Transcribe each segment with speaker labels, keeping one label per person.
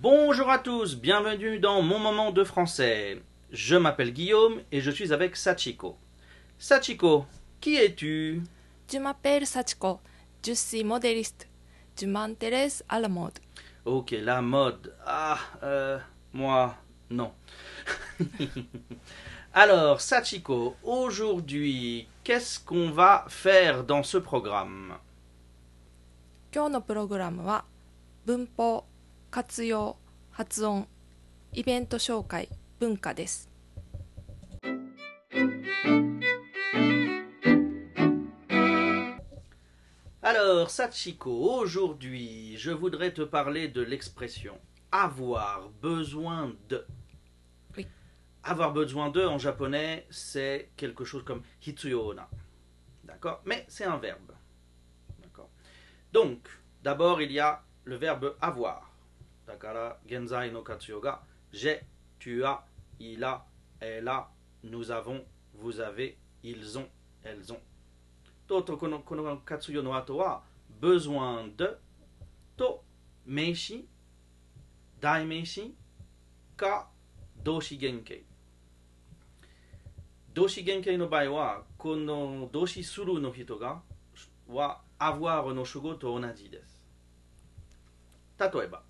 Speaker 1: Bonjour à tous, bienvenue dans Mon moment de français. Je m'appelle Guillaume et je suis avec Sachiko. Sachiko, qui es-tu
Speaker 2: Je m'appelle Sachiko. Je suis modéliste. Je m'intéresse à la mode.
Speaker 1: Ok, la mode. Oh, Ah, euh, moi, non. Alors, Sachiko, aujourd'hui, qu'est-ce qu'on va faire dans ce programme
Speaker 2: 今日のプログラムは文法、活用、発音、イベント紹介、文化です。
Speaker 1: Alors, Sachiko, aujourd'hui, je voudrais te parler de l'expression avoir besoin de.
Speaker 2: Oui.
Speaker 1: Avoir besoin de en japonais, c'est quelque chose comme hitsuyona. D'accord Mais c'est un verbe. D'accord Donc, d'abord, il y a le verbe avoir. Dakara, genzai no katsuyo ga, j'ai, tu as, il a, elle a, nous avons, vous avez, ils ont, elles ont. ととこのこの活用の後は besoin de と名詞代名詞か動詞原形動詞原形の場合はこの動詞するの人がは avoir の主語と同じです例えば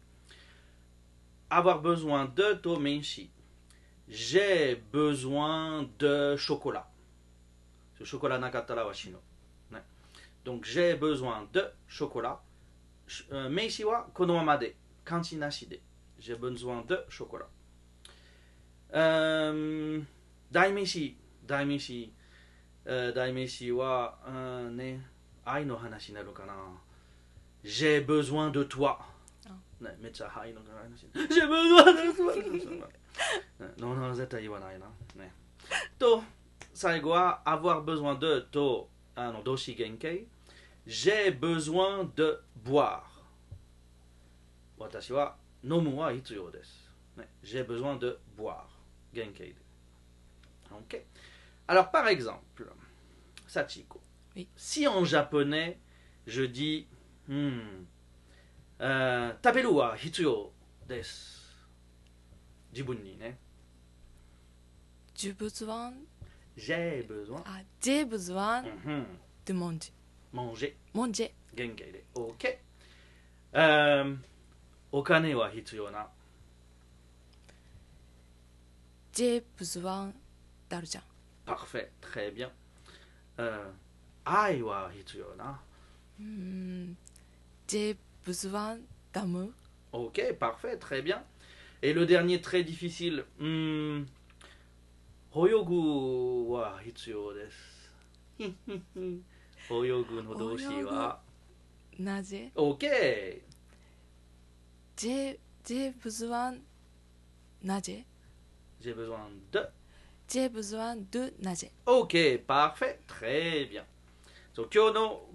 Speaker 1: avoir besoin de と名詞 j'ai besoin de chocolat ショコラなかったらわしの Donc j'ai besoin de chocolat. Sh- euh, Meishi wa kono mama de. Kanji nashi de. J'ai besoin de chocolat. Euh, Daimeishi. Daimeishi. Euh, Daimeishi wa euh, ne ai no hanashi naru kana. J'ai besoin de toi.
Speaker 2: Ah.
Speaker 1: Ne, mecha ai no hanashi. J'ai besoin de toi. ね、no no 絶対言わないな。ね。と、最後は avoir besoin de とあの動詞原形 J'ai besoin de boire 私は飲むは必要です、ね、J'ai besoin de boire 原形で OK Alors par exemple Sachiko
Speaker 2: Oui.
Speaker 1: Si en japonais je dis hmm, euh, 食べるは必要です自分にね
Speaker 2: ジュブズワン、
Speaker 1: J'ai besoin
Speaker 2: あ、ジェブズワン、
Speaker 1: Mhm.
Speaker 2: ドゥモンジ、
Speaker 1: manger
Speaker 2: モンジェ、
Speaker 1: 原型で OK、um, お金は必要な
Speaker 2: ジェブズワン、ダルジャン。
Speaker 1: parfait très bien、Uh, 愛は必要な
Speaker 2: うーん、ジェブズワン、ダム、
Speaker 1: OK parfait très bien et le dernier très difficile hmm, 泳ぐは必要です泳ぐの動詞は
Speaker 2: なぜ
Speaker 1: OK
Speaker 2: ジェ、ジェブズワン、なぜ
Speaker 1: j'ai besoin de
Speaker 2: ジェブズワン、ドゥ、なぜ
Speaker 1: OK, parfait, très bien. Donc, Kyono,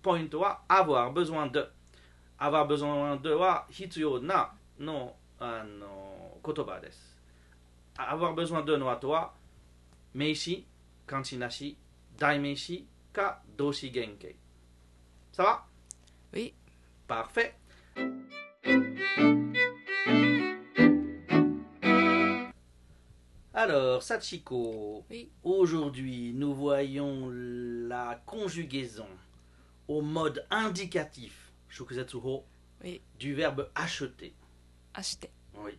Speaker 1: point wa avoir besoin de. Avoir besoin de wa hitsuyo na no ano, kotoba desu. Avoir besoin de no ato wa meishi, kanji nashi, daimeishi ka doshi genkei. Ça va
Speaker 2: Oui.
Speaker 1: Parfait. Alors, Sachiko,
Speaker 2: Oui.
Speaker 1: aujourd'hui, nous voyons la conjugaison au mode indicatif, shokuzetsuho,
Speaker 2: Oui.
Speaker 1: du verbe acheter.
Speaker 2: あして。
Speaker 1: Oui.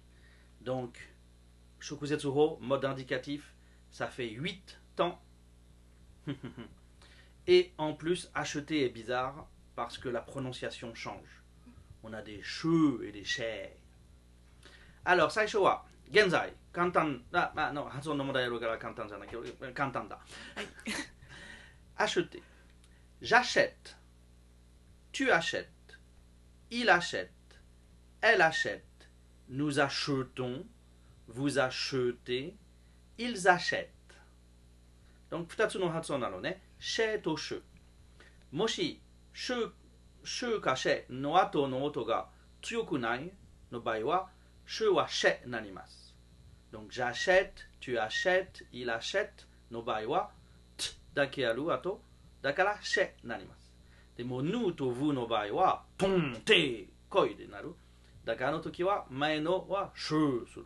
Speaker 1: Donc, shokuzetsuho, mode indicatif, ça fait 8 temps. Et en plus, acheter est bizarre parce que la prononciation change. On a des che et des chais. Alors, saisho wa, genzai, kantan, ah, ah, non, hatsuon no modai yaru kara kantan E janaki, euh, kantan da. Acheter. J'achète. Tu achètes. Il achète. Elle achète. Nous achetons. Vous achetez. Ils achètent. Donc, 2つの発音なのね。シェとシュ。もし、シュ、シュかシェの後の音が強くないの場合は、シュはシェになります。Donc, j'achète, tu achètes, il achète の場合は、t だけある後、だからシェになります。でも、ぬとぶの場合は、トン、て、こいでなる。だからあの時は、前のはシュする。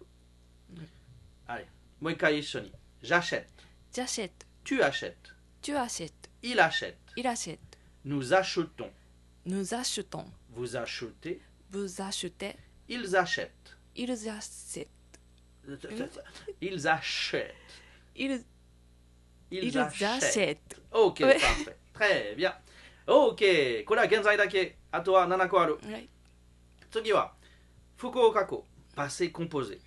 Speaker 1: はい。もう一回一緒に。j'achète,
Speaker 2: ジャシェット、
Speaker 1: tu achètes,
Speaker 2: ジュアシェット、
Speaker 1: il achète,
Speaker 2: イラシェット、
Speaker 1: nous achetons,
Speaker 2: ヌザシュトン、
Speaker 1: vous achetez,
Speaker 2: ブザシュテ、
Speaker 1: ils achètent.
Speaker 2: イルザシェット、
Speaker 1: Ils achètent.
Speaker 2: イル、
Speaker 1: Ils
Speaker 2: イルザシェット。
Speaker 1: OK、
Speaker 2: Ouais.
Speaker 1: パーフェクト。ビア。OK。これは現在だけ。あとは7個ある。
Speaker 2: はい
Speaker 1: 次は、福岡語、パセコンポゼ。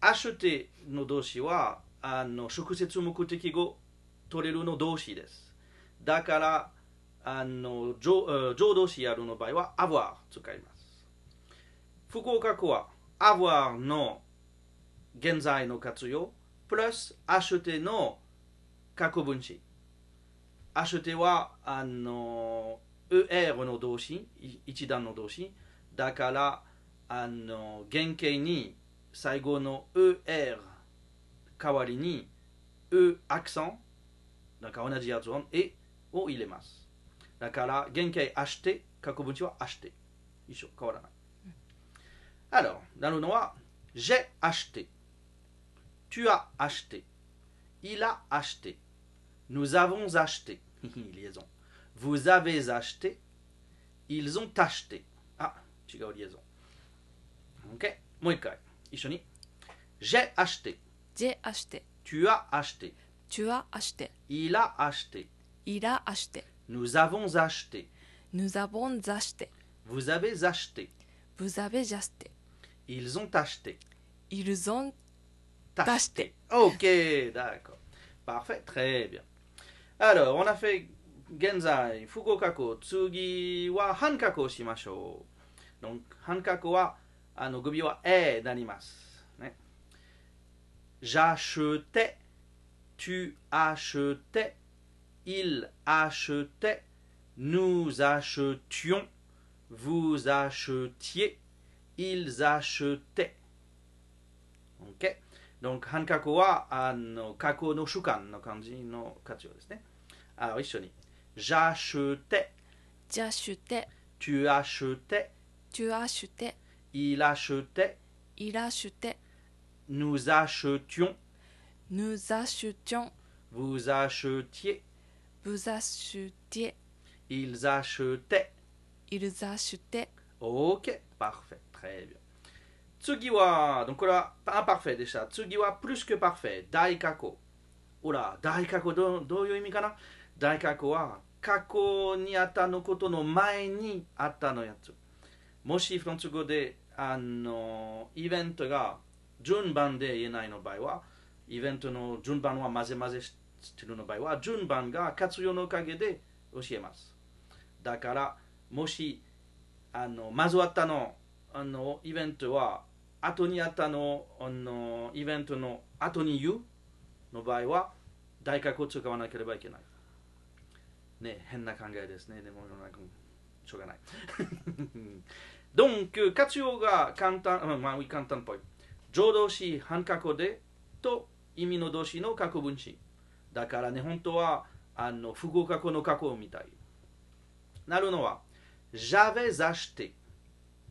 Speaker 1: acheter の動詞は、あの、直接目的語、取れるの動詞です。だから、あの、上えー上動詞やるの場合は、avoir 使います。福岡語は、avoir の現在の活用、プラス acheter の過去分詞。acheter は、あの、er の動詞、い一段の動詞。だから、あの、原型に最後の er 代わりに、う、アクセント、なんか同じやつを、えを入れます。だから、原型 acheter、過去分詞は acheter。一緒、変わらない。あの、なるのは、j'ai acheté。tu as acheté。il a acheté。nous avons acheté。liaison。vous avez acheté。ils ont acheté。あ、Ah, 違う liaison。OK。もう一回、一緒に。j'ai acheté。
Speaker 2: ジェアシュテ、
Speaker 1: tu as acheté。
Speaker 2: チュアアシュテ、
Speaker 1: il a acheté。
Speaker 2: イラアシュテ、
Speaker 1: nous avons acheté。
Speaker 2: ヌザボンザシュテ、
Speaker 1: vous avez acheté。
Speaker 2: ブザベジャステ、
Speaker 1: ils ont acheté。
Speaker 2: イルゾン、
Speaker 1: Tacheté. Ok, d'accord. Parfait, très bien. Alors, on a fait Genzai, Fukokako, Tsugi wa Hankako shimashou. Donc, Hankako wa, ano, gubi wa e d'animas. J'achetais, tu achetais, il achetait, nous achetions, vous achetiez, ils achetaient. OK? donc 半角はあの過去の主観の感じの活用ですね。あ一緒に。J'achetais,
Speaker 2: ジャシュテ、
Speaker 1: tu achetais,
Speaker 2: チュアシュテ、
Speaker 1: il achetait,
Speaker 2: イラシュテ、
Speaker 1: nous achetions,
Speaker 2: ヌザシュチョン、
Speaker 1: vous achetiez,
Speaker 2: ブザシュティエ、
Speaker 1: ils achetaient.
Speaker 2: イルザシュテ、
Speaker 1: OK, parfait, très bien. Tsugiwa, donc là, imparfait déjà. Tsugiwa plus que parfait. Daikako. Oula, daikako, do, do you imi kana? Daikako wa, kako ni atta no koto no mae ni atta no yatsu. Moshi frantsugo de, ano, event ga junban de ienai no bai wa, event no junban wa maze maze shiteru no bai wa, junban ga katsuyo no kage de oshiemasu. Dakara, moshi あのまずはあったのあのイベントは後にあったのあのイベントの後に言うの場合は大学を使わなければいけない。ね変な考えですね。でもなんかしょうがない。 ドンク活用が簡単、うんまあ簡単っぽい。常動詞、半過去でと意味の動詞の過去分詞。だからね、本当はあの複合過去の過去みたい。なるのは J'avais acheté.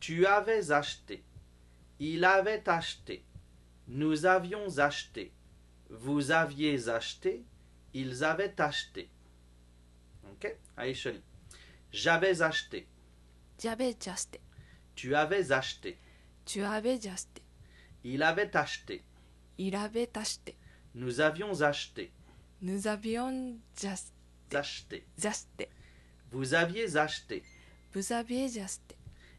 Speaker 1: Tu avais acheté. Il avait acheté. Nous avions acheté. Vous aviez acheté. Ils avaient acheté. Ok Allez, chérie. J'avais acheté.
Speaker 2: ジャベジャステ、
Speaker 1: Tu avais acheté.
Speaker 2: チュアベジャステ、
Speaker 1: Il avait acheté.
Speaker 2: イラベタシテ、
Speaker 1: Nous avions acheté.
Speaker 2: ヌザビオンジャス
Speaker 1: Acheté.
Speaker 2: ジャステ、
Speaker 1: Vous aviez acheté.
Speaker 2: ブザビエジャステ、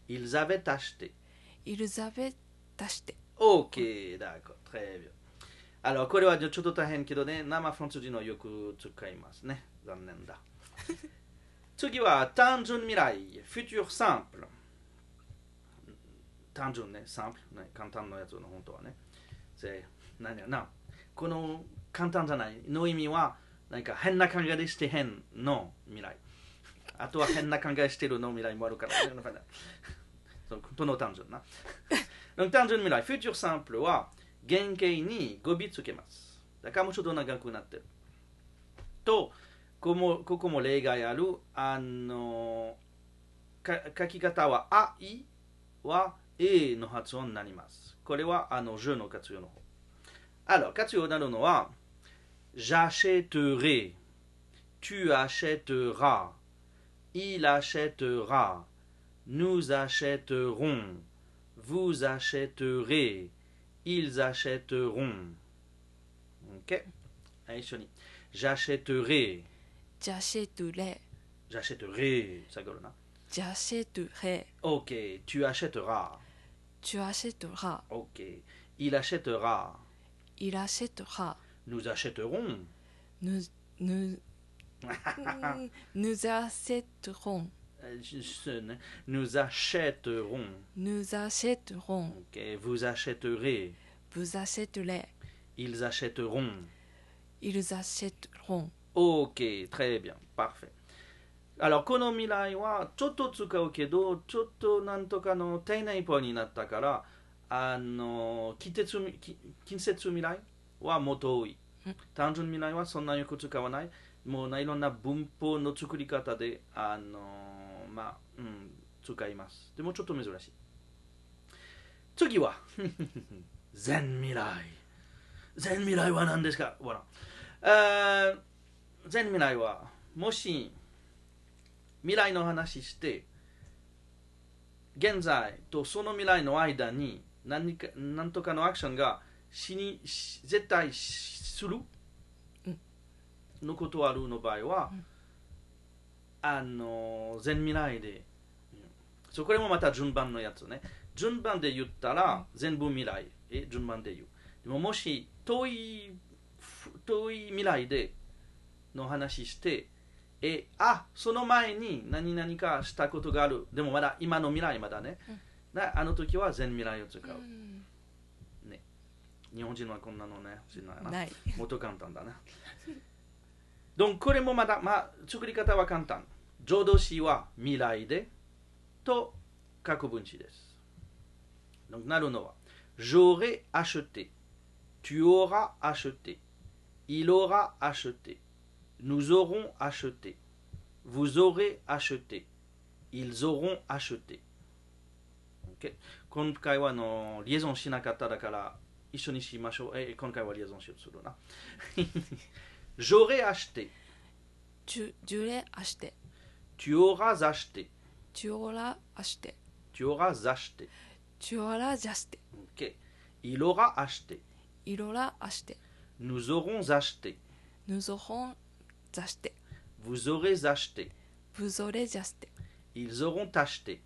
Speaker 1: Ils avaient acheté.
Speaker 2: イルザベタシテ、
Speaker 1: OK、d'accord、très bien。あの、これはちょっと大変けどね、生フランス人のよく使いますね。残念だ。次は単純未来、futur simple。単純ね、simple ね、簡単なやつの本当はね。で、何やな、この簡単じゃないの意味は、なんか変な考えして変の未来。あとは変な考えしてるの未来もあるから、なん かねそうこの単純な。Donc 単純未来、futur simple は原型に語尾つけます。だからもうちょっと長くなってる。と、ここもここも例外ある。あのか書き方は「あ」「い」は「え」の発音になります。これはあの「je」の活用の方。あら、活用になるのは「j'achèterai」「tu achèteras」「il achètera」「nous achèterons」「vous achèterez」「ils achèteront」OK? はい一緒に「j'achèterai」
Speaker 2: ジャシェトゥレ、
Speaker 1: J'achèterai, ça gueule, là.
Speaker 2: ジャシェトゥレ、
Speaker 1: Ok, tu achèteras.
Speaker 2: チュアシェトハ、
Speaker 1: Ok, il achètera.
Speaker 2: イラシェトハ、
Speaker 1: Nous achèterons.
Speaker 2: ヌヌヌザセトロン、
Speaker 1: Euh, je- je- Nous achèterons.
Speaker 2: ヌザシェトロン、
Speaker 1: Ok, vous achèterez.
Speaker 2: ブザシェトレ、
Speaker 1: Ils achèteront.
Speaker 2: イルザシェトロン。
Speaker 1: Ok, très bien, parfait. Alors, この未来はちょっと使うけど、ちょっとなんとかの丁寧語になったから、あの季節みき近接未来はもっと多い
Speaker 2: うん。
Speaker 1: 単純未来はそんなよく使わない。もうないろんな文法の作り方で、あのまあ、うん、使います。でもちょっと珍しい。次 は、全未来。全未来は何ですかほら。あー全未来はもし未来の話して現在とその未来の間に何か何とかのアクションがしにし絶対しする
Speaker 2: うん
Speaker 1: のことあるの場合は、
Speaker 2: うん
Speaker 1: あの全未来で、うんそうこれもまた順番のやつね順番で言ったら全部未来え順番で言うでももし遠いふ遠い未来での話してえあその前に何々かしたことがあるでもまだ今の未来まだね、なあの時は全未来を使う、日本人はこんなのね知らないな
Speaker 2: ない。
Speaker 1: もっと簡単だな donc これもまだ、まあ、作り方は簡単浄土詞は未来でと各分詞です donc なるのは j'aurai acheté tu auras acheté il aura acheté nous aurons acheté vous aurez acheté ils auront acheté OK 今回はあのリエゾンしなかっただから一緒にしましょう。え、今回はリエゾンしようとするな。J'aurai acheté,
Speaker 2: ジュジュレアシテ、
Speaker 1: tu auras acheté,
Speaker 2: チュオラアシテ、
Speaker 1: tu auras acheté.
Speaker 2: チュオラジャシテ、
Speaker 1: OK. Il aura acheté,
Speaker 2: イロラアシテ、
Speaker 1: nous aurons acheté,
Speaker 2: ヌゾホンザシテ、
Speaker 1: vous aurez acheté,
Speaker 2: ブゾレジャシテ、
Speaker 1: ils auront acheté.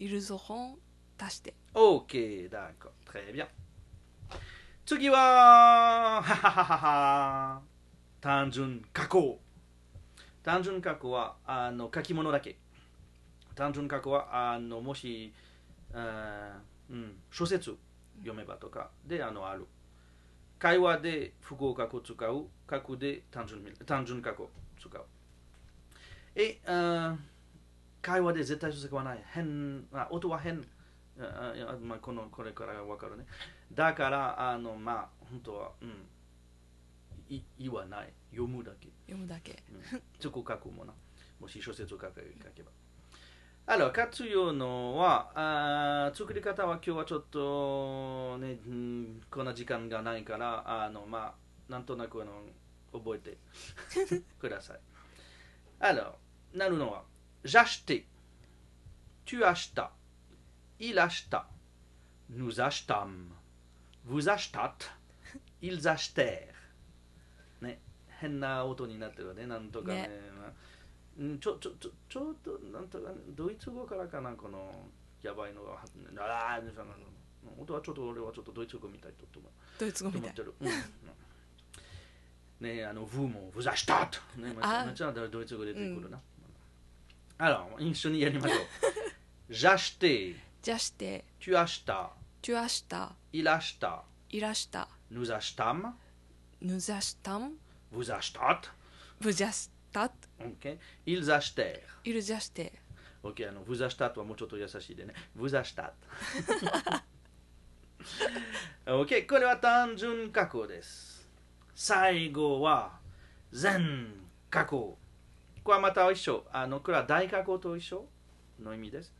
Speaker 2: イルゾホンタシテ。
Speaker 1: Ok, d'accord, très bien. 次は、はははは単純加工。単純加工はあの書き物だけ。単純加工はあのもし、あーうん、小説読めばとかであのある。会話で複合加工使う。過去で単純み単純加工使う。え、あー会話で絶対使わない。変あ音は変。ああいやまあ、このこれからわかるねだからあのまあ本当は、うん、い言わない読むだけ
Speaker 2: 読むだけ。
Speaker 1: そこ書くもなもし小説を書け書けばあら活用のはあー作り方は今日はちょっとね、うん、こんな時間がないからあのまあなんとなくあの覚えてくださいあらなるのは j'acheté tu achetas il acheta nous achetâmes vous achetâtes ils achetèrent ね変な音になってるわねなんとかね
Speaker 2: ね
Speaker 1: うんちょちょちょちょっとなんとかねドイツ語からかなこのやばいのがはあーみたいなの音はちょっと俺はちょっとドイツ語みたいと思う
Speaker 2: ドイツ語
Speaker 1: と
Speaker 2: み
Speaker 1: 思
Speaker 2: た
Speaker 1: っ
Speaker 2: い
Speaker 1: て。る、うんうんねあの「vous も「vous achetâtes」ね、
Speaker 2: あ
Speaker 1: もちろんドイツ語出てくるな、 Alors,一緒にやりましょう。J'ai acheté,
Speaker 2: じゃして
Speaker 1: tu achetas,
Speaker 2: ちゅあした
Speaker 1: il acheta,
Speaker 2: いらした
Speaker 1: nous achetâmes,
Speaker 2: ぬざしたん
Speaker 1: vous achetâtes,
Speaker 2: ぶじゃしたっ
Speaker 1: ok, ils achetèrent.
Speaker 2: いるじゃして
Speaker 1: OK、あの、vous achetâtes はもうちょっと優しいでね。vous achetâtes。OK、これは単純過去です。最後は、全過去。これはまた一緒。あの、これは大過去と一緒の意味です。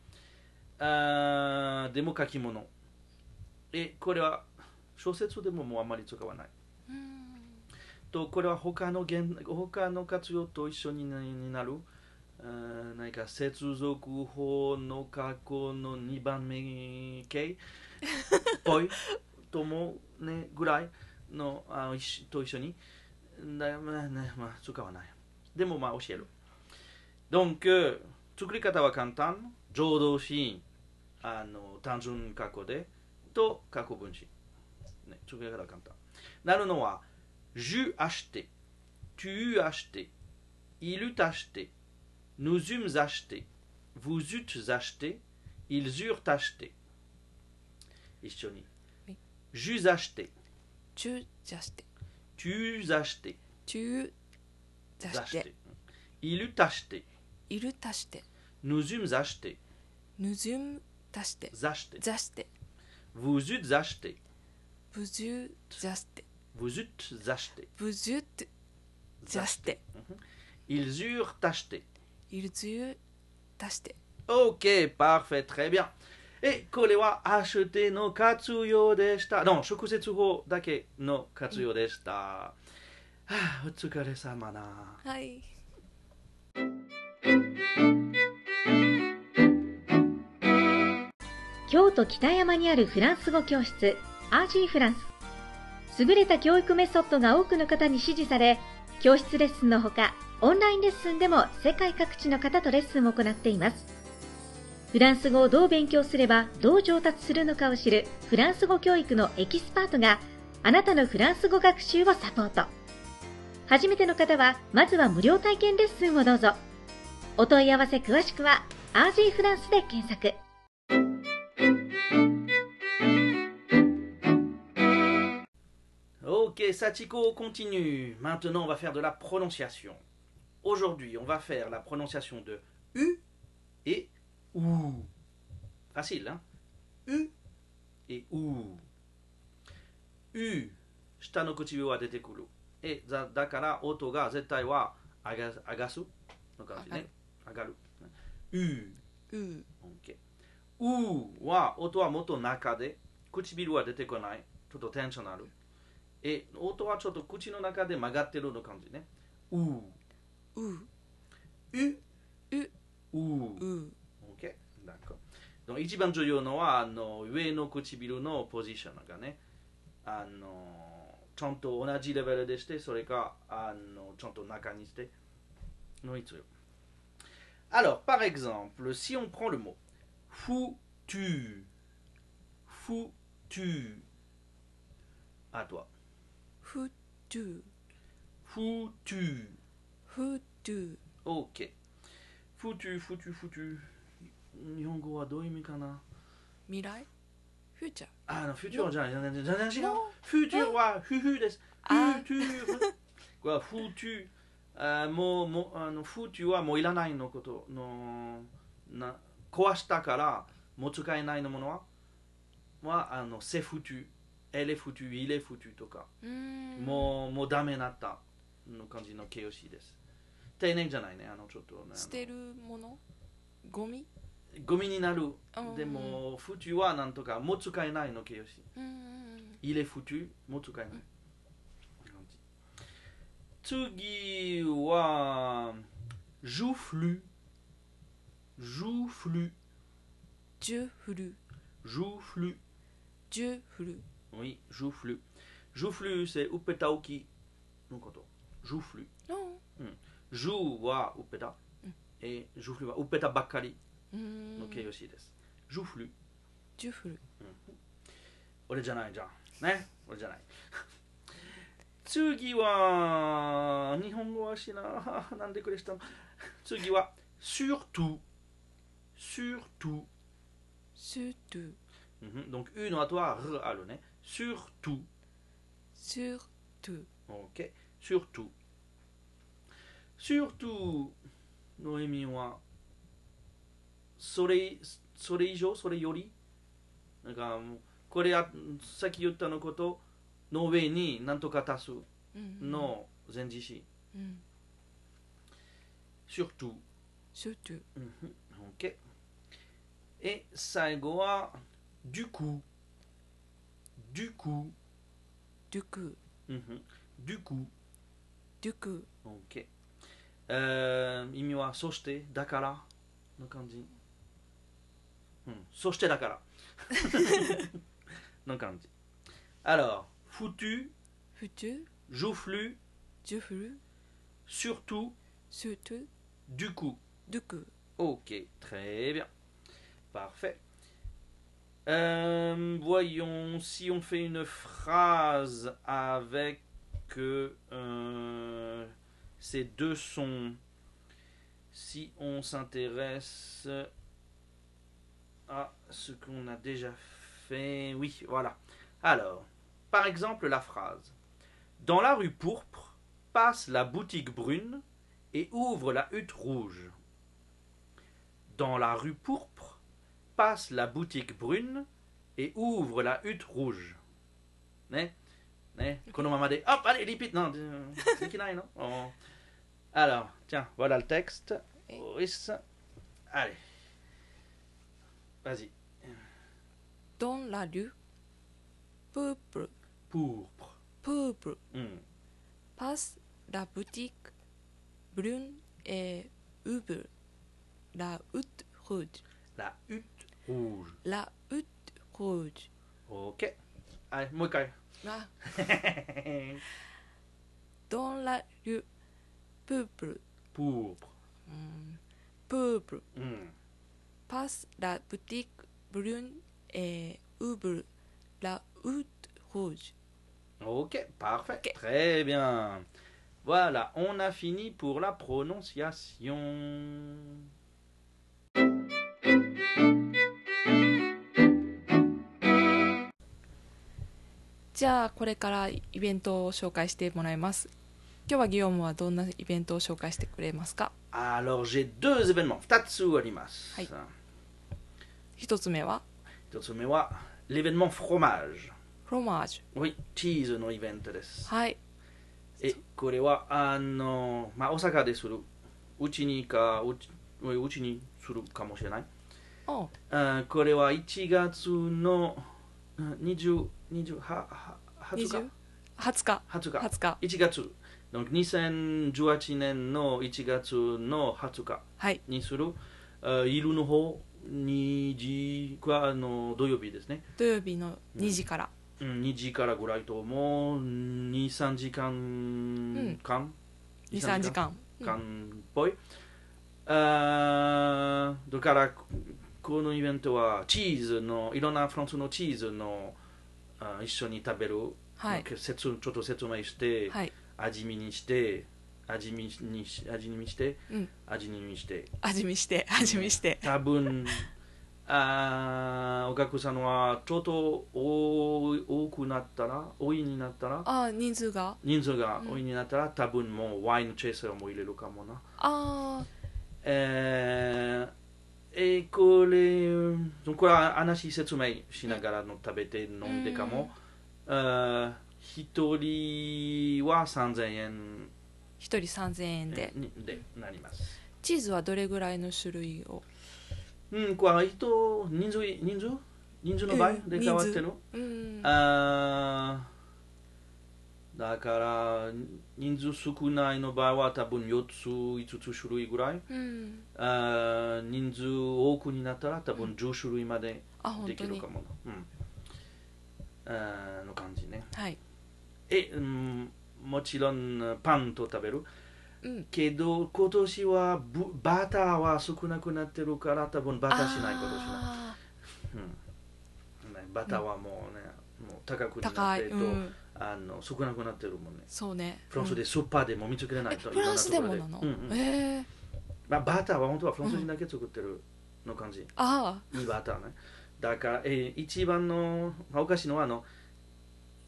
Speaker 1: あーでも書き物。え、これは小説でももうあまり使わない。と、これは他の言他の活用と一緒になになるあー何か接続法の過去の2番目形っぽいと思うねぐらいのあの一緒と一緒にだまあ、ねまあ、使わないでもまあ教える Donc えー作り方は簡単浄動詞あの単純過去でと過去分詞、ね、作り方は簡単なるのは Je acheté Tu acheté Il eut acheté nous eûmes acheté, vous eûtes acheté, ils eurent acheté. Ishoni.
Speaker 2: Oui.
Speaker 1: J'eus acheté,
Speaker 2: ちゅじゃして
Speaker 1: tu eus acheté,
Speaker 2: ちゅじゃして
Speaker 1: acheté. Il eut acheté,
Speaker 2: いる足して
Speaker 1: nous eûmes acheté,
Speaker 2: ぬずん足して
Speaker 1: acheté.
Speaker 2: ざして
Speaker 1: Vous eûtes acheté,
Speaker 2: ぶじゅじゃして
Speaker 1: vous eûtes acheté,
Speaker 2: ぶじゅってじゃして
Speaker 1: ils eurent acheté.
Speaker 2: いるずゅ足して
Speaker 1: Ok, parfait, très bien. え、これは足手の活用でした。の、直接語だけの活用でした。はあ、お疲れ様な。
Speaker 2: はい
Speaker 3: 京都北山にあるフランス語教室アージーフランス優れた教育メソッドが多くの方に支持され教室レッスンのほかオンラインレッスンでも世界各地の方とレッスンを行っていますフランス語をどう勉強すればどう上達するのかを知るフランス語教育のエキスパートがあなたのフランス語学習をサポート初めての方はまずは無料体験レッスンをどうぞお問い合わせ詳しくはアージーフランスで検索
Speaker 1: Ok, Satiko continue. Maintenant, on va faire de la prononciation. Aujourd'hui, on va faire la prononciation de U et OU. Facile, hein U et OU. U, 下の唇は出てくる。え、だだから音が絶対は上が上がすの感じね。上がる。U。
Speaker 2: う
Speaker 1: OK。うは音はもっと中で、唇は出てこない。ちょっとテンションある。え、音はちょっと口の中で曲がってるの感じね。う。う。
Speaker 2: う
Speaker 1: う。OK。
Speaker 2: う
Speaker 1: d'accord でも一番重要のは、あの、上の唇のポジションがね、あの、ちゃんと同じレベルでして、それか、あの、ちゃんと中にして、の必要。Alors, par exemple, si on prend le mot foutu, foutu, à toi,
Speaker 2: ふとゥ
Speaker 1: foutu,
Speaker 2: ふとゥ
Speaker 1: ok, foutu, foutu, foutu, 日本語はどういう意味かな
Speaker 2: 未来フューチャー
Speaker 1: あの、future じゃない、全然全然違う
Speaker 2: も。
Speaker 1: future はフフです。
Speaker 2: あ
Speaker 1: future は futu、あもう、もう、あの、futu はもういらないのことの、な、壊したから、もう使えないのものは、は、あの、c'est foutu、elle est foutu、il est foutu とか、
Speaker 2: うーん
Speaker 1: もう、もうダメなったの感じの形容詞です。丁寧じゃないね、あの、ちょっとね、あの
Speaker 2: 捨てるものゴミ
Speaker 1: ゴミになる
Speaker 2: うん。
Speaker 1: でも、futu はなんとか、もう使えないの形容詞。
Speaker 2: うん
Speaker 1: Il est foutu, Motsukaina. Tsugi wa joufflu. Joufflu.
Speaker 2: ジュフル
Speaker 1: Joufflu.
Speaker 2: ジュフル
Speaker 1: Oui, joufflu. Joufflu, c'est upetaoki. Donc, attends. Joufflu.
Speaker 2: う
Speaker 1: Jou wa upeta. Et joufflu wa upeta bakari.
Speaker 2: ん
Speaker 1: Donc, yoshi desu. Joufflu.
Speaker 2: ジュフル
Speaker 1: Ore janai jan. Ne? Ore janai. Tsugi wa. Nihongo wa shina. Nande kure shita no? 次は Surtout. Surtout.
Speaker 2: surtout
Speaker 1: Mhm. Donc, U no ato wa R あるね。Surtout.
Speaker 2: surtout
Speaker 1: OK. Surtout. Surtout の意味は、それ、それ以上、それより、なんかもう、これあ、さっき言ったのことの上に何とか足す
Speaker 2: うん
Speaker 1: の前置詞。
Speaker 2: うん
Speaker 1: Surtout.
Speaker 2: surtout
Speaker 1: Mhm. OK. Et 最後は、du coup. Du coup.
Speaker 2: du coup
Speaker 1: Mhm. Du coup.
Speaker 2: du coup
Speaker 1: OK。え Euh, ー意味は、そして、だからの感じ。うん、そしてだから。 の感じ。Alors, foutu,
Speaker 2: futur
Speaker 1: joufflu,
Speaker 2: du flu
Speaker 1: surtout,
Speaker 2: surtout
Speaker 1: du coup.
Speaker 2: du coup
Speaker 1: Ok, très bien. Parfait. Euh, voyons si on fait une phrase avec euh, euh, ces deux sons. Si on s'intéresse à ce qu'on a déjà fait. Oui, voilà. Alors, par exemple, la phrase. Dans la rue pourpre passe la boutique brune et ouvre la hutte rouge. Dans la rue pourpre, passe la boutique brune et ouvre la hutte rouge. Ne? Ne? Konomamade. Hop, allez, lipit. Non, euh, c'est qu'il aille, non Oh. Alors, tiens, voilà le texte.
Speaker 2: Et-
Speaker 1: Boris. Allez. Vas-y.
Speaker 2: dans la rue peuple
Speaker 1: Pourpre.
Speaker 2: peuple
Speaker 1: Hmm.
Speaker 2: passe la boutique brune et ouvre la hutte rouge.
Speaker 1: La hutte rouge.
Speaker 2: La hutte rouge.
Speaker 1: Ok. Allez, moi, quand
Speaker 2: La- dans la rue, peuple,
Speaker 1: Pourpre.
Speaker 2: hmm, peuple
Speaker 1: Hmm.
Speaker 2: passe la boutique brune et ouvre la hutte rouge.
Speaker 1: Ok, parfait.
Speaker 2: Ok.
Speaker 1: Très bien. Voilà, on a fini pour la prononciation.
Speaker 2: じゃあこれからイベントを紹介してもらいます。今日はギヨムはどんなイベントを紹介してくれますか
Speaker 1: Alors, j'ai deux événements. Tatsu arimasu.
Speaker 2: Hi. 一つ目は
Speaker 1: Tatsume wa l'événement fromage.
Speaker 2: フロマージ
Speaker 1: Oui, cheese no event です
Speaker 2: ュ。。はい。
Speaker 1: え、これは、あの、まあ、大阪でする。うちにか、うちうんうちにするかもしれない。
Speaker 2: おう
Speaker 1: あこれは1月のうん20、20、は、は、20
Speaker 2: 20? 20日。
Speaker 1: 20日。
Speaker 2: 20日。
Speaker 1: 1月、donc 2018年の1月の20日
Speaker 2: はい。
Speaker 1: にする、あ昼の方、2時かあの土曜日ですね、
Speaker 2: 土曜日の2時から、
Speaker 1: うん、2時からぐらいと、もう2、3時間間、
Speaker 2: 2、3時間。
Speaker 1: 間っぽい。あーだから、このイベントはチーズの、いろんなフランスのチーズのあ一緒に食べる、
Speaker 2: はい。
Speaker 1: 説ちょっと説明して、
Speaker 2: はい。
Speaker 1: 味見にして味見にし味見して、
Speaker 2: うん
Speaker 1: 味見して
Speaker 2: 味見して、味見して。
Speaker 1: 多分あーお客さんはちょっと多い多くなったら多いになったら
Speaker 2: ああ、人数が。
Speaker 1: 人数が
Speaker 2: うん
Speaker 1: 多いになったら、多分もうワインのチェイサーも入れるかもな
Speaker 2: ああ、
Speaker 1: えーえーこれこれは話説明しながらの食べて飲んでかも、あー一人は3000円
Speaker 2: 1人3000円で。
Speaker 1: にでなります
Speaker 2: チーズはどれぐらいの種類を
Speaker 1: うん、これ人人数人数人数の場合
Speaker 2: うん
Speaker 1: で変わってる、
Speaker 2: うーん。
Speaker 1: あーだから人数少ないの場合は多分4つ5つ種類ぐらい
Speaker 2: うん。
Speaker 1: あー人数多くになったら多分10種類まで
Speaker 2: あ、本
Speaker 1: で
Speaker 2: 当
Speaker 1: きる
Speaker 2: に
Speaker 1: か。もな、うん、あーの感じね
Speaker 2: はい。
Speaker 1: え、うん、もちろんパンと食べる
Speaker 2: うん。
Speaker 1: けど今年はブバターは少なくなってるから多分バターしないことしない
Speaker 2: あ
Speaker 1: うんね、バターはもうね、もう高く
Speaker 2: ー
Speaker 1: なっ
Speaker 2: 高
Speaker 1: て
Speaker 2: い。
Speaker 1: ると、
Speaker 2: うん。
Speaker 1: あの少なくなってるもんね
Speaker 2: そうね。
Speaker 1: フランスでスーパーでも見つけれ
Speaker 2: う。
Speaker 1: なん
Speaker 2: え
Speaker 1: いと、
Speaker 2: フランスでもなの
Speaker 1: いろんなところでうんうん
Speaker 2: ええ。
Speaker 1: まあ、バターは本当はフランス人だけ作ってるの感じ、
Speaker 2: あ
Speaker 1: いいバターねだから、えー一番の、まあおかしいのはあの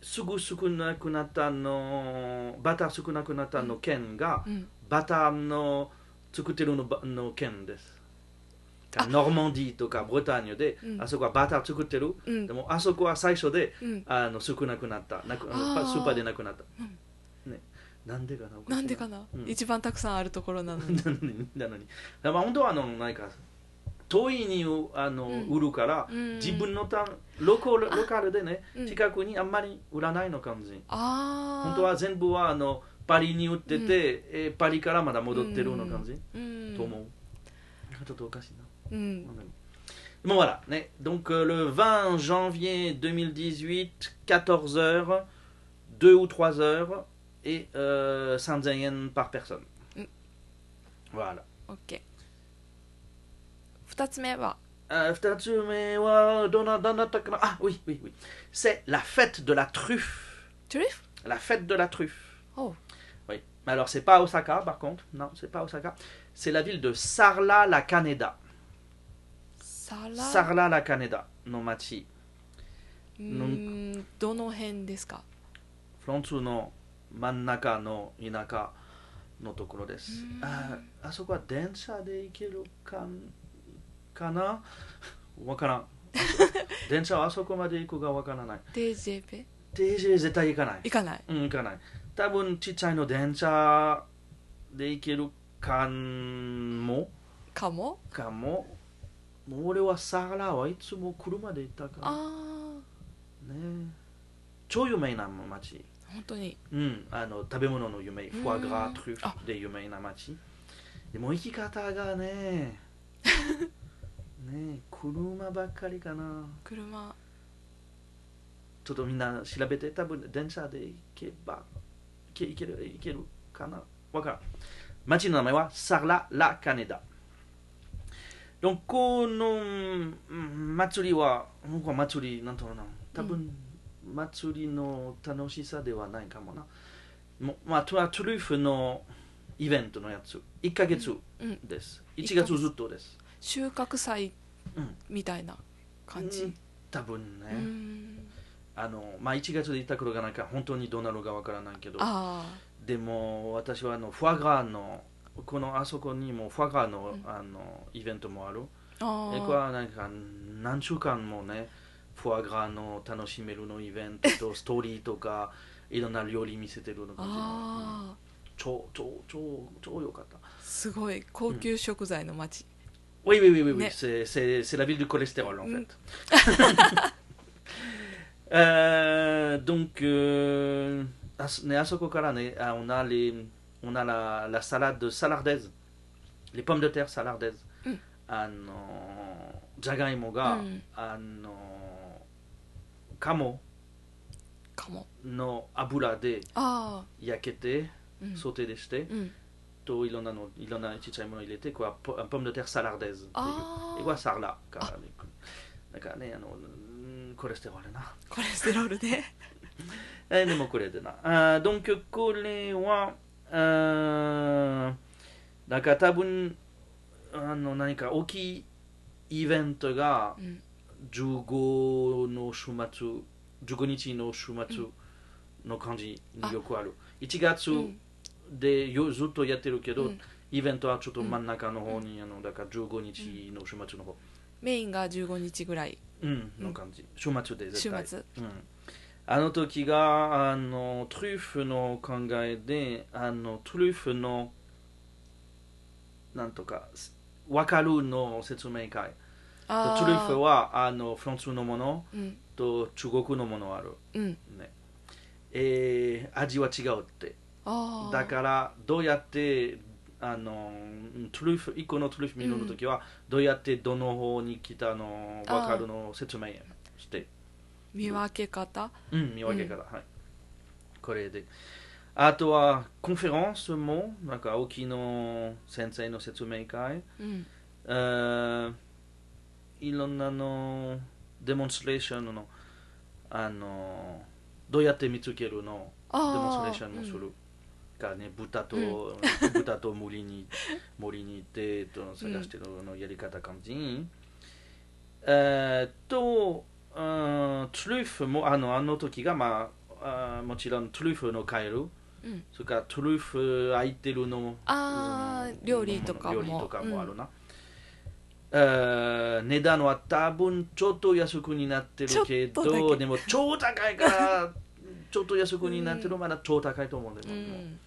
Speaker 1: すぐ少なくなったあのバター少なくなったあの県が、
Speaker 2: あ、うん、
Speaker 1: バターの作ってるのばの県ですノルマンディーとかブレターニュで、
Speaker 2: うん
Speaker 1: あそこはバター作ってる、
Speaker 2: うん
Speaker 1: で、もあそこは最初で
Speaker 2: うん、
Speaker 1: あの少なくなったなくあの
Speaker 2: あー
Speaker 1: スーパーでなくなった、
Speaker 2: うん
Speaker 1: ね、なんでかなおしい
Speaker 2: なんでかな、
Speaker 1: うん
Speaker 2: 一番たくさんあるところなのに
Speaker 1: なのになのにまあ本当はあのなんか遠いにあの、
Speaker 2: うん
Speaker 1: 売るから、
Speaker 2: うん
Speaker 1: 自分のたロコロ
Speaker 2: あ
Speaker 1: ロカルでね、
Speaker 2: うん
Speaker 1: 近くにあんまり売らないの感じ
Speaker 2: ああ
Speaker 1: 本当は全部はあのパリに売っ
Speaker 2: う
Speaker 1: てて、
Speaker 2: ん
Speaker 1: えーパリからまだ戻ってるの感じ、
Speaker 2: うん
Speaker 1: と思うちょっとおかしいな
Speaker 2: うん、
Speaker 1: Bon voilà, né. donc euh, le 20 janvier 2018, 14h, 2 ou 3 heures et euh, 5 yens par personne.
Speaker 2: Mm.
Speaker 1: Voilà.
Speaker 2: オッケー二つ目は
Speaker 1: Euh, Futatsume wa dona- danatakana- Ah oui, oui, oui. C'est la fête de la truffe.
Speaker 2: トリュフ
Speaker 1: La fête de la truffe.
Speaker 2: Oh.
Speaker 1: Oui. Mais alors c'est pas Osaka par contre. Non, c'est pas Osaka. C'est la ville de Sarla la Caneda.
Speaker 2: サラ
Speaker 1: Sarla la Caneda, no machi.
Speaker 2: うーんどの辺ですか
Speaker 1: フランスの真ん中の田舎のところです
Speaker 2: うん。
Speaker 1: ああそこは電車で行けるかんかな わか らん。電車はあそこまで行くかわからない。
Speaker 2: DJP
Speaker 1: 定時で絶対行かない。
Speaker 2: 行かない
Speaker 1: うん、行かない。多分ちっちゃいの電車で行けるかも
Speaker 2: かも
Speaker 1: かも。もう俺はサラはいつも車で行ったから。
Speaker 2: あ
Speaker 1: ね超有名な街。
Speaker 2: あ本当に
Speaker 1: うん、あの食べ物の夢、フォアグラ、トリュ
Speaker 2: あ
Speaker 1: フで有名な街。でも生き方がね、ねえ車ばっかりかな。
Speaker 2: 車
Speaker 1: ちょっとみんな調べて、多分電車で行けば、行け行ける行けるかな。わからん。街の名前はサラ・ラ・カネダ。Donc, このうん祭りは、僕は祭りなんとな多分、祭りの楽しさではないかもな。もまあ、トゥアトゥルーフのイベントのやつ、1ヶ月
Speaker 2: うん
Speaker 1: です。
Speaker 2: ん
Speaker 1: 1月ずっとです。
Speaker 2: 収穫祭
Speaker 1: うん
Speaker 2: みたいな感じ、
Speaker 1: うん多分ね、
Speaker 2: うん
Speaker 1: あのまあ、1月で行ったことがないから本当にどうなるかわからないけど、
Speaker 2: あ
Speaker 1: でも私はあのフォアグラのこのあそこにもフォアグラの,、
Speaker 2: うん
Speaker 1: あのイベントもある
Speaker 2: ああ
Speaker 1: えこれ
Speaker 2: あ
Speaker 1: はなんか何週間もねフォアグラの楽しめるのイベントとストーリーとかいろんな料理見せてるの感じのうん
Speaker 2: あ
Speaker 1: 超超超超良かった
Speaker 2: ーすごい高級食材の街、
Speaker 1: Oui, oui, oui, oui, oui.
Speaker 2: Mais-
Speaker 1: C'est, c'est, c'est la ville du cholestérol, en
Speaker 2: Mm.
Speaker 1: fait. Euh, donc, euh, à ce- né, à Sokokara, né, ah, on a, les, on a la, la salade salardaise, les pommes de terre salardaises.
Speaker 2: Mm.
Speaker 1: Ah non, jagaimo ga,
Speaker 2: うん、
Speaker 1: ah non, kamo
Speaker 2: かも
Speaker 1: no abura de
Speaker 2: あ
Speaker 1: yakete,
Speaker 2: あ、うん、
Speaker 1: sauté de shite.
Speaker 2: うん、
Speaker 1: To, il en a, no- il en a, chichaimo, il était quoi, po- un pomme de terre salardaise.
Speaker 2: あ
Speaker 1: え
Speaker 2: あ
Speaker 1: はサーラからねだからねあのうんコレステロールな
Speaker 2: コレステロールで
Speaker 1: えでもこれでなあー donc これはあーなんか多分あの何か大きいイベントが
Speaker 2: うん
Speaker 1: 15の週末15日の週末の感じによくある1月
Speaker 2: うん
Speaker 1: でよずっとやってるけど、
Speaker 2: うん
Speaker 1: イベントはちょっと真ん中の方に、あのだから15日の週末の方
Speaker 2: メインが15日ぐらい
Speaker 1: うん、の感じ。週末で絶
Speaker 2: 週
Speaker 1: 対。
Speaker 2: 末
Speaker 1: うん。あの時が、あの、トリュフの考えで、あの、トリュフの、なんとか、すわかるの説明会。
Speaker 2: あ
Speaker 1: トリュフ
Speaker 2: は
Speaker 1: は、あの、フランスのもの
Speaker 2: うん
Speaker 1: と中国のものある。
Speaker 2: うん
Speaker 1: ね。えー味は違うって。
Speaker 2: ああ
Speaker 1: だから、どうやって、あの、トリュフ、一個のトリュフ見るの時は、どうやってどの方に来たの、わかるの説明して。
Speaker 2: 見分け方
Speaker 1: うん、見分けから、はい。これで。あとは、コンフェランスも、なんか、沖の先生の説明会、
Speaker 2: うん
Speaker 1: えーいろんなの、デモンストレーションの、あの、どうやって見つけるの、デモンスト
Speaker 2: あ
Speaker 1: レ
Speaker 2: あ
Speaker 1: ーションもする。かね豚と、豚と森に森に行ってと探してるのやり方感じ、えーっと、うん、トゥルーフもあのあの時が、まあ、あーもちろんトゥルーフのカエル、
Speaker 2: うん
Speaker 1: それからトゥルーフ空いてるのも
Speaker 2: あー
Speaker 1: うん
Speaker 2: 料理とかも
Speaker 1: 料理とかもあるな、えー値段は多分ちょっと安くになってるけ
Speaker 2: ちょっとだ
Speaker 1: ど
Speaker 2: け
Speaker 1: でも超高いから ちょっと安くになってるまだ超高いと思うんだけ
Speaker 2: う
Speaker 1: ど、
Speaker 2: ん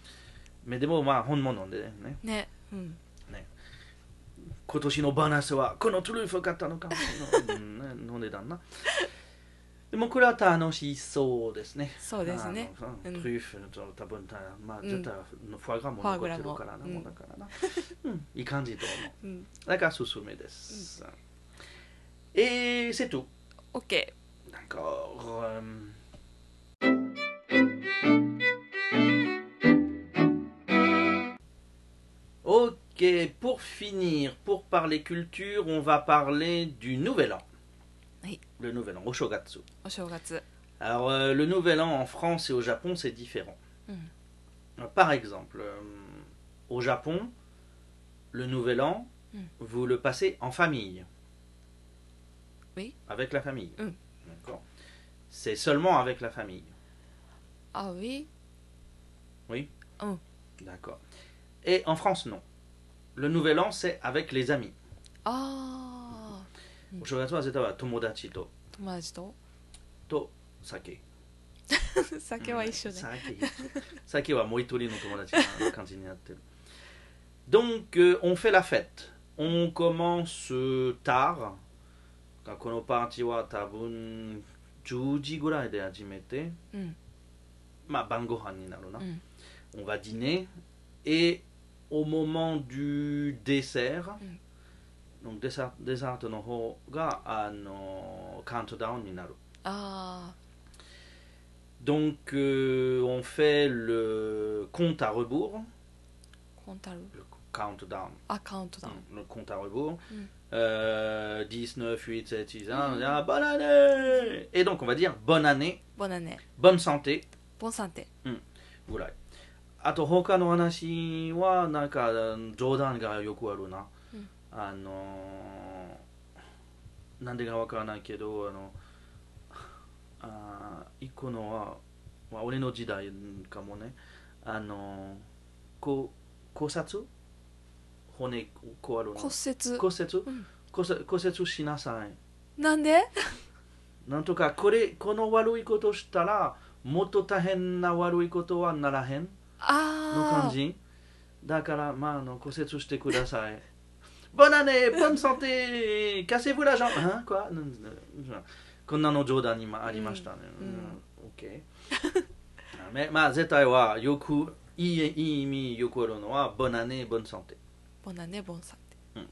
Speaker 1: めでもまあ本物でね
Speaker 2: ねうん
Speaker 1: 今年のバナスはこのトゥルーフを買ったのかもしれない、うんね、の値段なでもこれは楽しそうですね
Speaker 2: そうですね
Speaker 1: あの
Speaker 2: うん
Speaker 1: トリュフと多分たまあ
Speaker 2: うん
Speaker 1: 絶対フォアグラも残ってるから
Speaker 2: フ
Speaker 1: な、
Speaker 2: ォアグラもうん
Speaker 1: もうだからな、うん、いい感じと思
Speaker 2: うん
Speaker 1: うだからすすめです、えー、セト
Speaker 2: OK
Speaker 1: なんか、うん、Ok, pour finir, pour parler culture, on va parler du Nouvel An.
Speaker 2: Oui.
Speaker 1: Le Nouvel An, au Shogatsu.
Speaker 2: お正月
Speaker 1: Alors, euh, le Nouvel An en France et au Japon, c'est différent.
Speaker 2: Mhm.
Speaker 1: Euh, Par exemple, euh, au Japon, le Nouvel An,
Speaker 2: Mhm.
Speaker 1: vous le passez en famille.
Speaker 2: Oui.
Speaker 1: Avec la famille.
Speaker 2: Mhm.
Speaker 1: D'accord. C'est seulement avec la famille.
Speaker 2: あうい
Speaker 1: D'accord. Et en France, non. Le Nouvel An, c'est avec les amis.
Speaker 2: ああ Mhm.
Speaker 1: お正月は絶対は友達と
Speaker 2: 友達と
Speaker 1: と酒。
Speaker 2: 酒は一緒ね
Speaker 1: Donc, euh, on fait la fête. On commence euh, tard. このパーティーは多分10時ぐらいで始めて、
Speaker 2: うん。
Speaker 1: まあ晩ご飯になるな。
Speaker 2: うん。
Speaker 1: On va dîner. Et au moment du dessert,
Speaker 2: うん。
Speaker 1: donc dessert- dessert の方が、あの、カウントダウンになる。
Speaker 2: ああ
Speaker 1: Donc, euh, on fait le compte à rebours,
Speaker 2: コンタル
Speaker 1: le countdown,
Speaker 2: あカウントダウン
Speaker 1: le compte à rebours.
Speaker 2: Mm.
Speaker 1: Euh, 19, 8, 7, 6, 1, on dira bonne année Et donc, on va dire bonne année,
Speaker 2: ボナネ
Speaker 1: bonne santé.
Speaker 2: ボンサンテ
Speaker 1: ぐらいあと他の話はなんか冗談がよくあるな、
Speaker 2: うん
Speaker 1: あのーなんでかわからないけどあのあー一個のは、まあ、俺の時代かもねあのーこう骨折骨こうあるな
Speaker 2: 骨折
Speaker 1: 骨折、
Speaker 2: うん
Speaker 1: 骨折骨折しなさい
Speaker 2: なんで
Speaker 1: なんとかこれこの悪いことしたらもっと大変な悪いことはならへんの
Speaker 2: あ
Speaker 1: 感じだからまああの骨折してください Bonne année, bonne santé, cassez-vous la jambe. Hein, quoi? うんうんこんなの冗談にもありましたね。
Speaker 2: う
Speaker 1: うんん
Speaker 2: うん
Speaker 1: OK あめまあ絶対はよくいいいい意味よくあるのは Bonne année, bonne santé。
Speaker 2: あボナネボンサンテ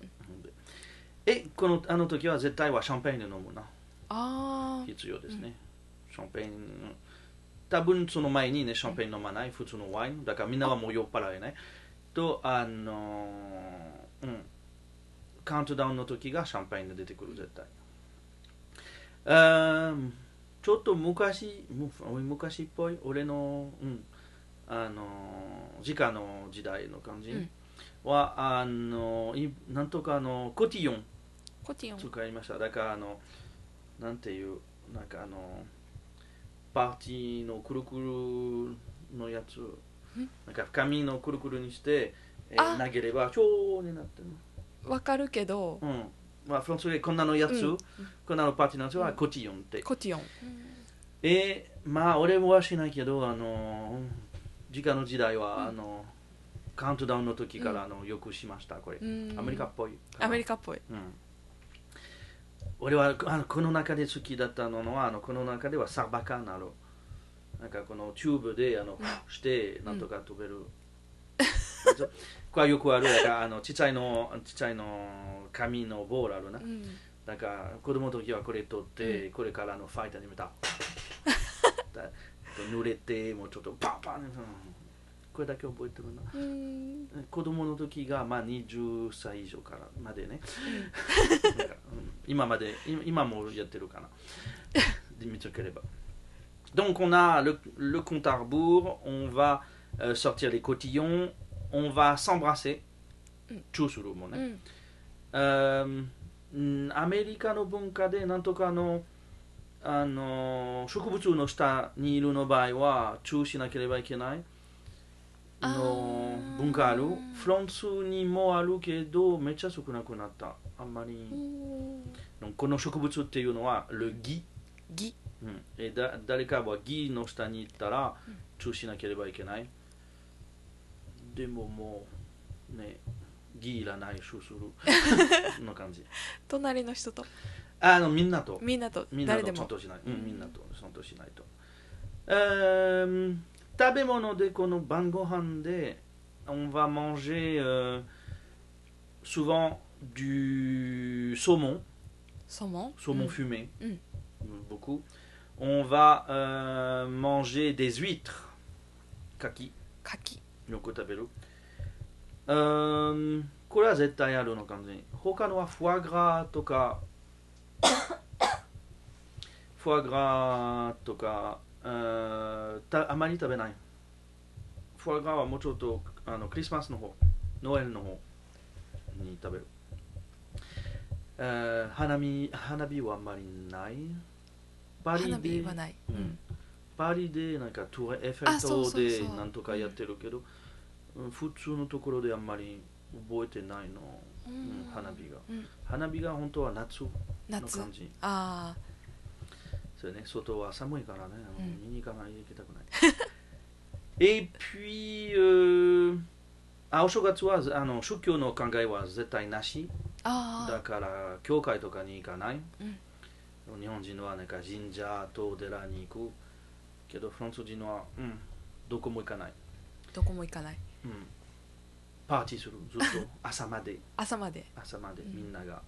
Speaker 1: えこのあの時は絶対はシャンペーンで飲むな
Speaker 2: あ
Speaker 1: 必要ですね。シャンペーンうん多分その前にねシャンペーン飲まない普通のワインだからみんなはもう酔っ払えないとあのーうんカウントダウンの時がシャンペーンで出てくる絶対あーちょっと昔む昔っぽい俺のうんあのー時間の時代の感じ
Speaker 2: うん
Speaker 1: は、あのいなんとかあのコティヨン
Speaker 2: あコティオン
Speaker 1: 使いましただからあのなんていうなんかあのパーティーのくるくるのやつなんか髪のくるくるにして、えー
Speaker 2: あ
Speaker 1: 投げれば超になってる
Speaker 2: わかるけど
Speaker 1: うんまあフランスでこんなのやつ、
Speaker 2: うん
Speaker 1: こんなのパーティーのやつはコチヨンって、
Speaker 2: コティオン
Speaker 1: えーまあ俺もはしないけどあの時間の時代は、あのカウントダウンの時から、あのよくしましたこれ、
Speaker 2: うん
Speaker 1: アメリカっぽい
Speaker 2: アメリ
Speaker 1: カ
Speaker 2: カっぽい
Speaker 1: うん、俺はあのこの中で好きだったのはあのこの中ではサバカなのなんかこのチューブであのしてなんとか飛べる、 これはよくあるだからあのちっちゃいのちっちゃいの紙のボールあるな
Speaker 2: うん
Speaker 1: なんか子供の時はこれ取って、これからあのファイターにまただ濡れてもうちょっとパンパン、うんこれだけ覚えてるな
Speaker 2: うん
Speaker 1: 子供の時がまあ20歳以上からまでねなんかうん今まで今今もやってるかなで見つければ Donc on a le, le compte à rebours, on va euh, sortir les cotillons, on va s'embrasser. Chusuru も
Speaker 2: う
Speaker 1: ね。
Speaker 2: ん、
Speaker 1: うんアメリカの文化でなんとかのあの植物の下にいるの場合は注意しなければいけない
Speaker 2: あー
Speaker 1: の文化あるフランスにもあるけどめっちゃ少なくなったあんまりうんこの植物っていうのはルギ、
Speaker 2: ギ
Speaker 1: うん、えだ誰かはギの下に行ったら注意しなければいけないでももうねギいらないし するの感じ
Speaker 2: 隣の人と
Speaker 1: あのみんなと
Speaker 2: みんなと
Speaker 1: みんな
Speaker 2: 誰
Speaker 1: と
Speaker 2: で
Speaker 1: ちゃん
Speaker 2: も
Speaker 1: としない、
Speaker 2: う
Speaker 1: う、
Speaker 2: んん
Speaker 1: みんなとちゃんとしないと、うーん食べ物でこの晩ご飯で on va manger euh, souvent du saumon
Speaker 2: ソモン
Speaker 1: saumon
Speaker 2: うん
Speaker 1: fumé
Speaker 2: Mm.
Speaker 1: beaucoup on va euh, manger des huîtres kaki
Speaker 2: カキ
Speaker 1: よく食べるうーんこれは絶対あるの完全に他のはフォアグラとか フォアグラとかうーんたあまり食べないフォアグラはもうちょっとあのクリスマスの方ノエルの方に食べるうーん花見花火はあんまりないパリで
Speaker 2: 花火はない、
Speaker 1: うん
Speaker 2: うん
Speaker 1: パリでなんかトゥエッフ
Speaker 2: あそ
Speaker 1: ェ
Speaker 2: う
Speaker 1: ル
Speaker 2: そ
Speaker 1: 塔
Speaker 2: うそう
Speaker 1: でなんとかやってるけどうん普通のところであんまり覚えてないの、うん花火が、
Speaker 2: うん
Speaker 1: 花火が本当は夏の
Speaker 2: 夏
Speaker 1: 感じ
Speaker 2: ああ
Speaker 1: それね外は寒いからね、
Speaker 2: うん
Speaker 1: 見に行かない行きたくない Et puis、euh, あお正月はあの宗教の考えは絶対なしだ
Speaker 2: あ
Speaker 1: から教会とかに行かない、日本人はなんか神社とお寺に行くけどフランス人は、うん、どこも行かない、
Speaker 2: あどこも行かない
Speaker 1: うん、パーティーするずっ と朝まで
Speaker 2: 朝まで
Speaker 1: 朝まで
Speaker 2: うん
Speaker 1: みんなが、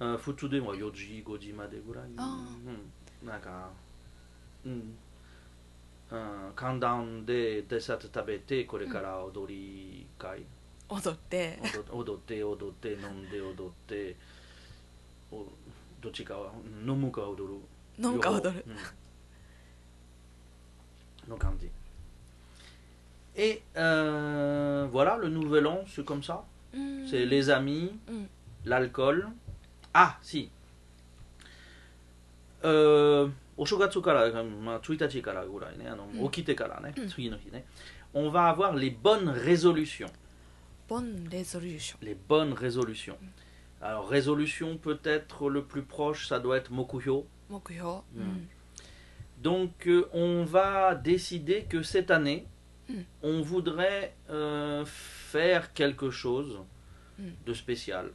Speaker 1: うんあ普通では4時5時までぐらい、う
Speaker 2: あ
Speaker 1: ん、なんか、うん、うん、寒暖でデザート食べてこれから踊り会、
Speaker 2: 踊って
Speaker 1: 踊踊って踊って飲んで踊っておどっちかはうん飲むか踊る
Speaker 2: 飲むか踊る
Speaker 1: 両方うんの感じ Et euh, voilà, le nouvel an, c'est comme ça.
Speaker 2: うん、
Speaker 1: C'est les amis,
Speaker 2: うん、
Speaker 1: l'alcool. Ah, si. Euh, お正月から、まあ、1日からぐらいねあ
Speaker 2: う
Speaker 1: の、
Speaker 2: ん
Speaker 1: 起きてからね、
Speaker 2: うん
Speaker 1: 次の日ね、on va avoir les bonnes résolutions.
Speaker 2: ボンレゾリューション
Speaker 1: les bonnes résolutions. Alors, résolution peut-être le plus proche, ça doit être Mokuyo.
Speaker 2: 目標、うん
Speaker 1: Donc, euh, on va décider que cette année,
Speaker 2: Mm.
Speaker 1: on voudrait euh, faire quelque chose
Speaker 2: Mm.
Speaker 1: de spécial.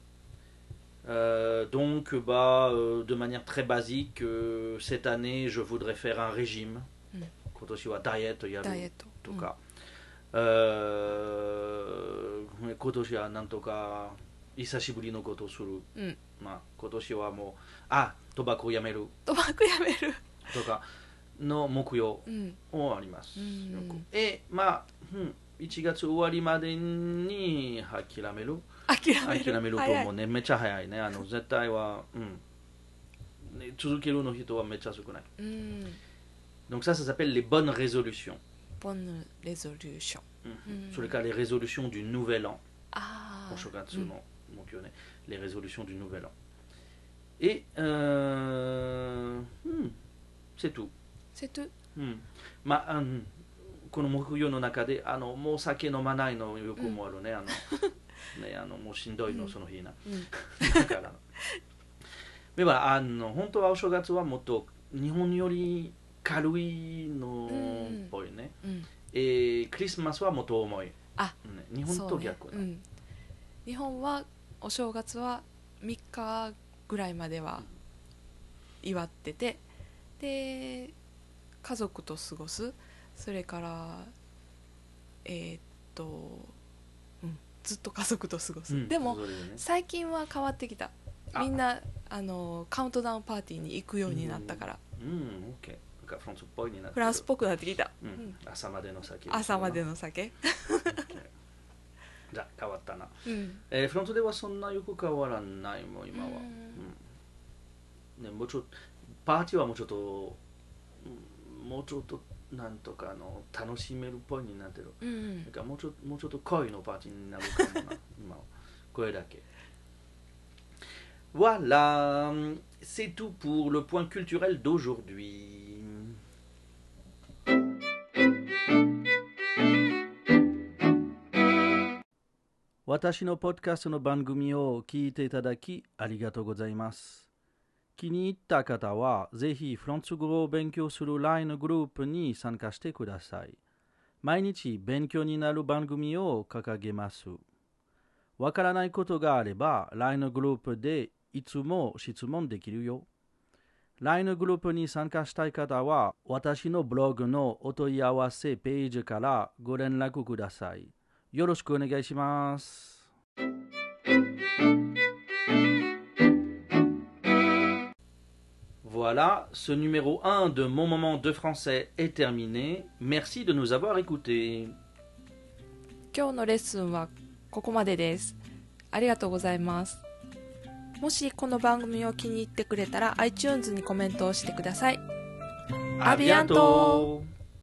Speaker 1: Euh, donc, bah, euh, de manière très basique, euh, cette année, je voudrais faire un régime.
Speaker 2: Mm.
Speaker 1: Quand aussi, ouais, diet, il y a
Speaker 2: ダ
Speaker 1: le-
Speaker 2: イエット
Speaker 1: とか、えー今年はなんとか久しぶりのことをする、
Speaker 2: うん
Speaker 1: まあ、今年はもうあ賭博をやめる
Speaker 2: うん、賭博やめる、
Speaker 1: とかの目標
Speaker 2: うん、
Speaker 1: もあります、
Speaker 2: うん
Speaker 1: よくえまあ、うん、1月終わりまでに諦める
Speaker 2: 諦める
Speaker 1: 諦めると
Speaker 2: 早
Speaker 1: 思う
Speaker 2: い
Speaker 1: ねめっちゃ早いねあの絶対は、うんね、続けるの人はめっちゃ少ない
Speaker 2: うん、
Speaker 1: donc ça ça s'appelle les bonnes résolutions、
Speaker 2: ボンレゾリューション
Speaker 1: うん
Speaker 2: うん
Speaker 1: それから les résolutions du nouvel an
Speaker 2: ああ
Speaker 1: pour chacun de ceux non, donc, il y en a les résolutions du nouvel an. Et euh, hmm, c'est tout.
Speaker 2: セトゥ
Speaker 1: Hmm. Ma, um, この木曜の中であのもう酒飲まないのよくもあるね,、あのねあのもうしんどいの、
Speaker 2: うん
Speaker 1: その日な、
Speaker 2: うん
Speaker 1: だからではあの本当はお正月はもっと日本より軽いのっぽいね、
Speaker 2: うん
Speaker 1: えークリスマスはもっと重い
Speaker 2: あ
Speaker 1: ね日本と逆
Speaker 2: そうねうん、日本はお正月は3日ぐらいまでは祝っててで家族と過ごすそれからえーっと、うん、ずっと家族と過ごす、
Speaker 1: うん
Speaker 2: でも
Speaker 1: それね
Speaker 2: 最近は変わってきた
Speaker 1: あ
Speaker 2: みんなあのカウントダウンパーティーに行くようになったから、
Speaker 1: うん、OK。なんかフランスっぽいになってる
Speaker 2: フランスっぽくなってきた、
Speaker 1: うん
Speaker 2: うん
Speaker 1: 朝までの先。
Speaker 2: 朝 まで。の酒、
Speaker 1: じゃあ変わったな、
Speaker 2: うん
Speaker 1: えーフランスではそんなよく変わらないもん、今は。うんね、もうちょっと、パーティーはもうちょっと、うんもうちょっとなんとかの楽しめるっぽいになってる
Speaker 2: うんう
Speaker 1: なん
Speaker 2: ん
Speaker 1: かもうちょもうちょっと恋のパーティーになるかもな今はこれだけ Voilà, c'est tout pour le point culturel d'aujourd'hui. Watashi no podcast の番組を聞いていただきありがとうございます。気に入った方はぜひフランス語を勉強する LINE グループに参加してください。毎日勉強になる番組を掲げます。わからないことがあれば LINE グループでいつも質問できるよ。LINE グループに参加したい方は私のブログのお問い合わせページからご連絡ください。よろしくお願いします。Voilà, ce numéro 1 de Mon Moment de Français est terminé. Merci de nous avoir écoutés.
Speaker 2: 今日のレッスンはここまでですありがとうございますもしこの番組を気に入ってくれたら iTunes にコメントをしてください
Speaker 1: À
Speaker 2: À
Speaker 1: bientôt.
Speaker 2: bientôt.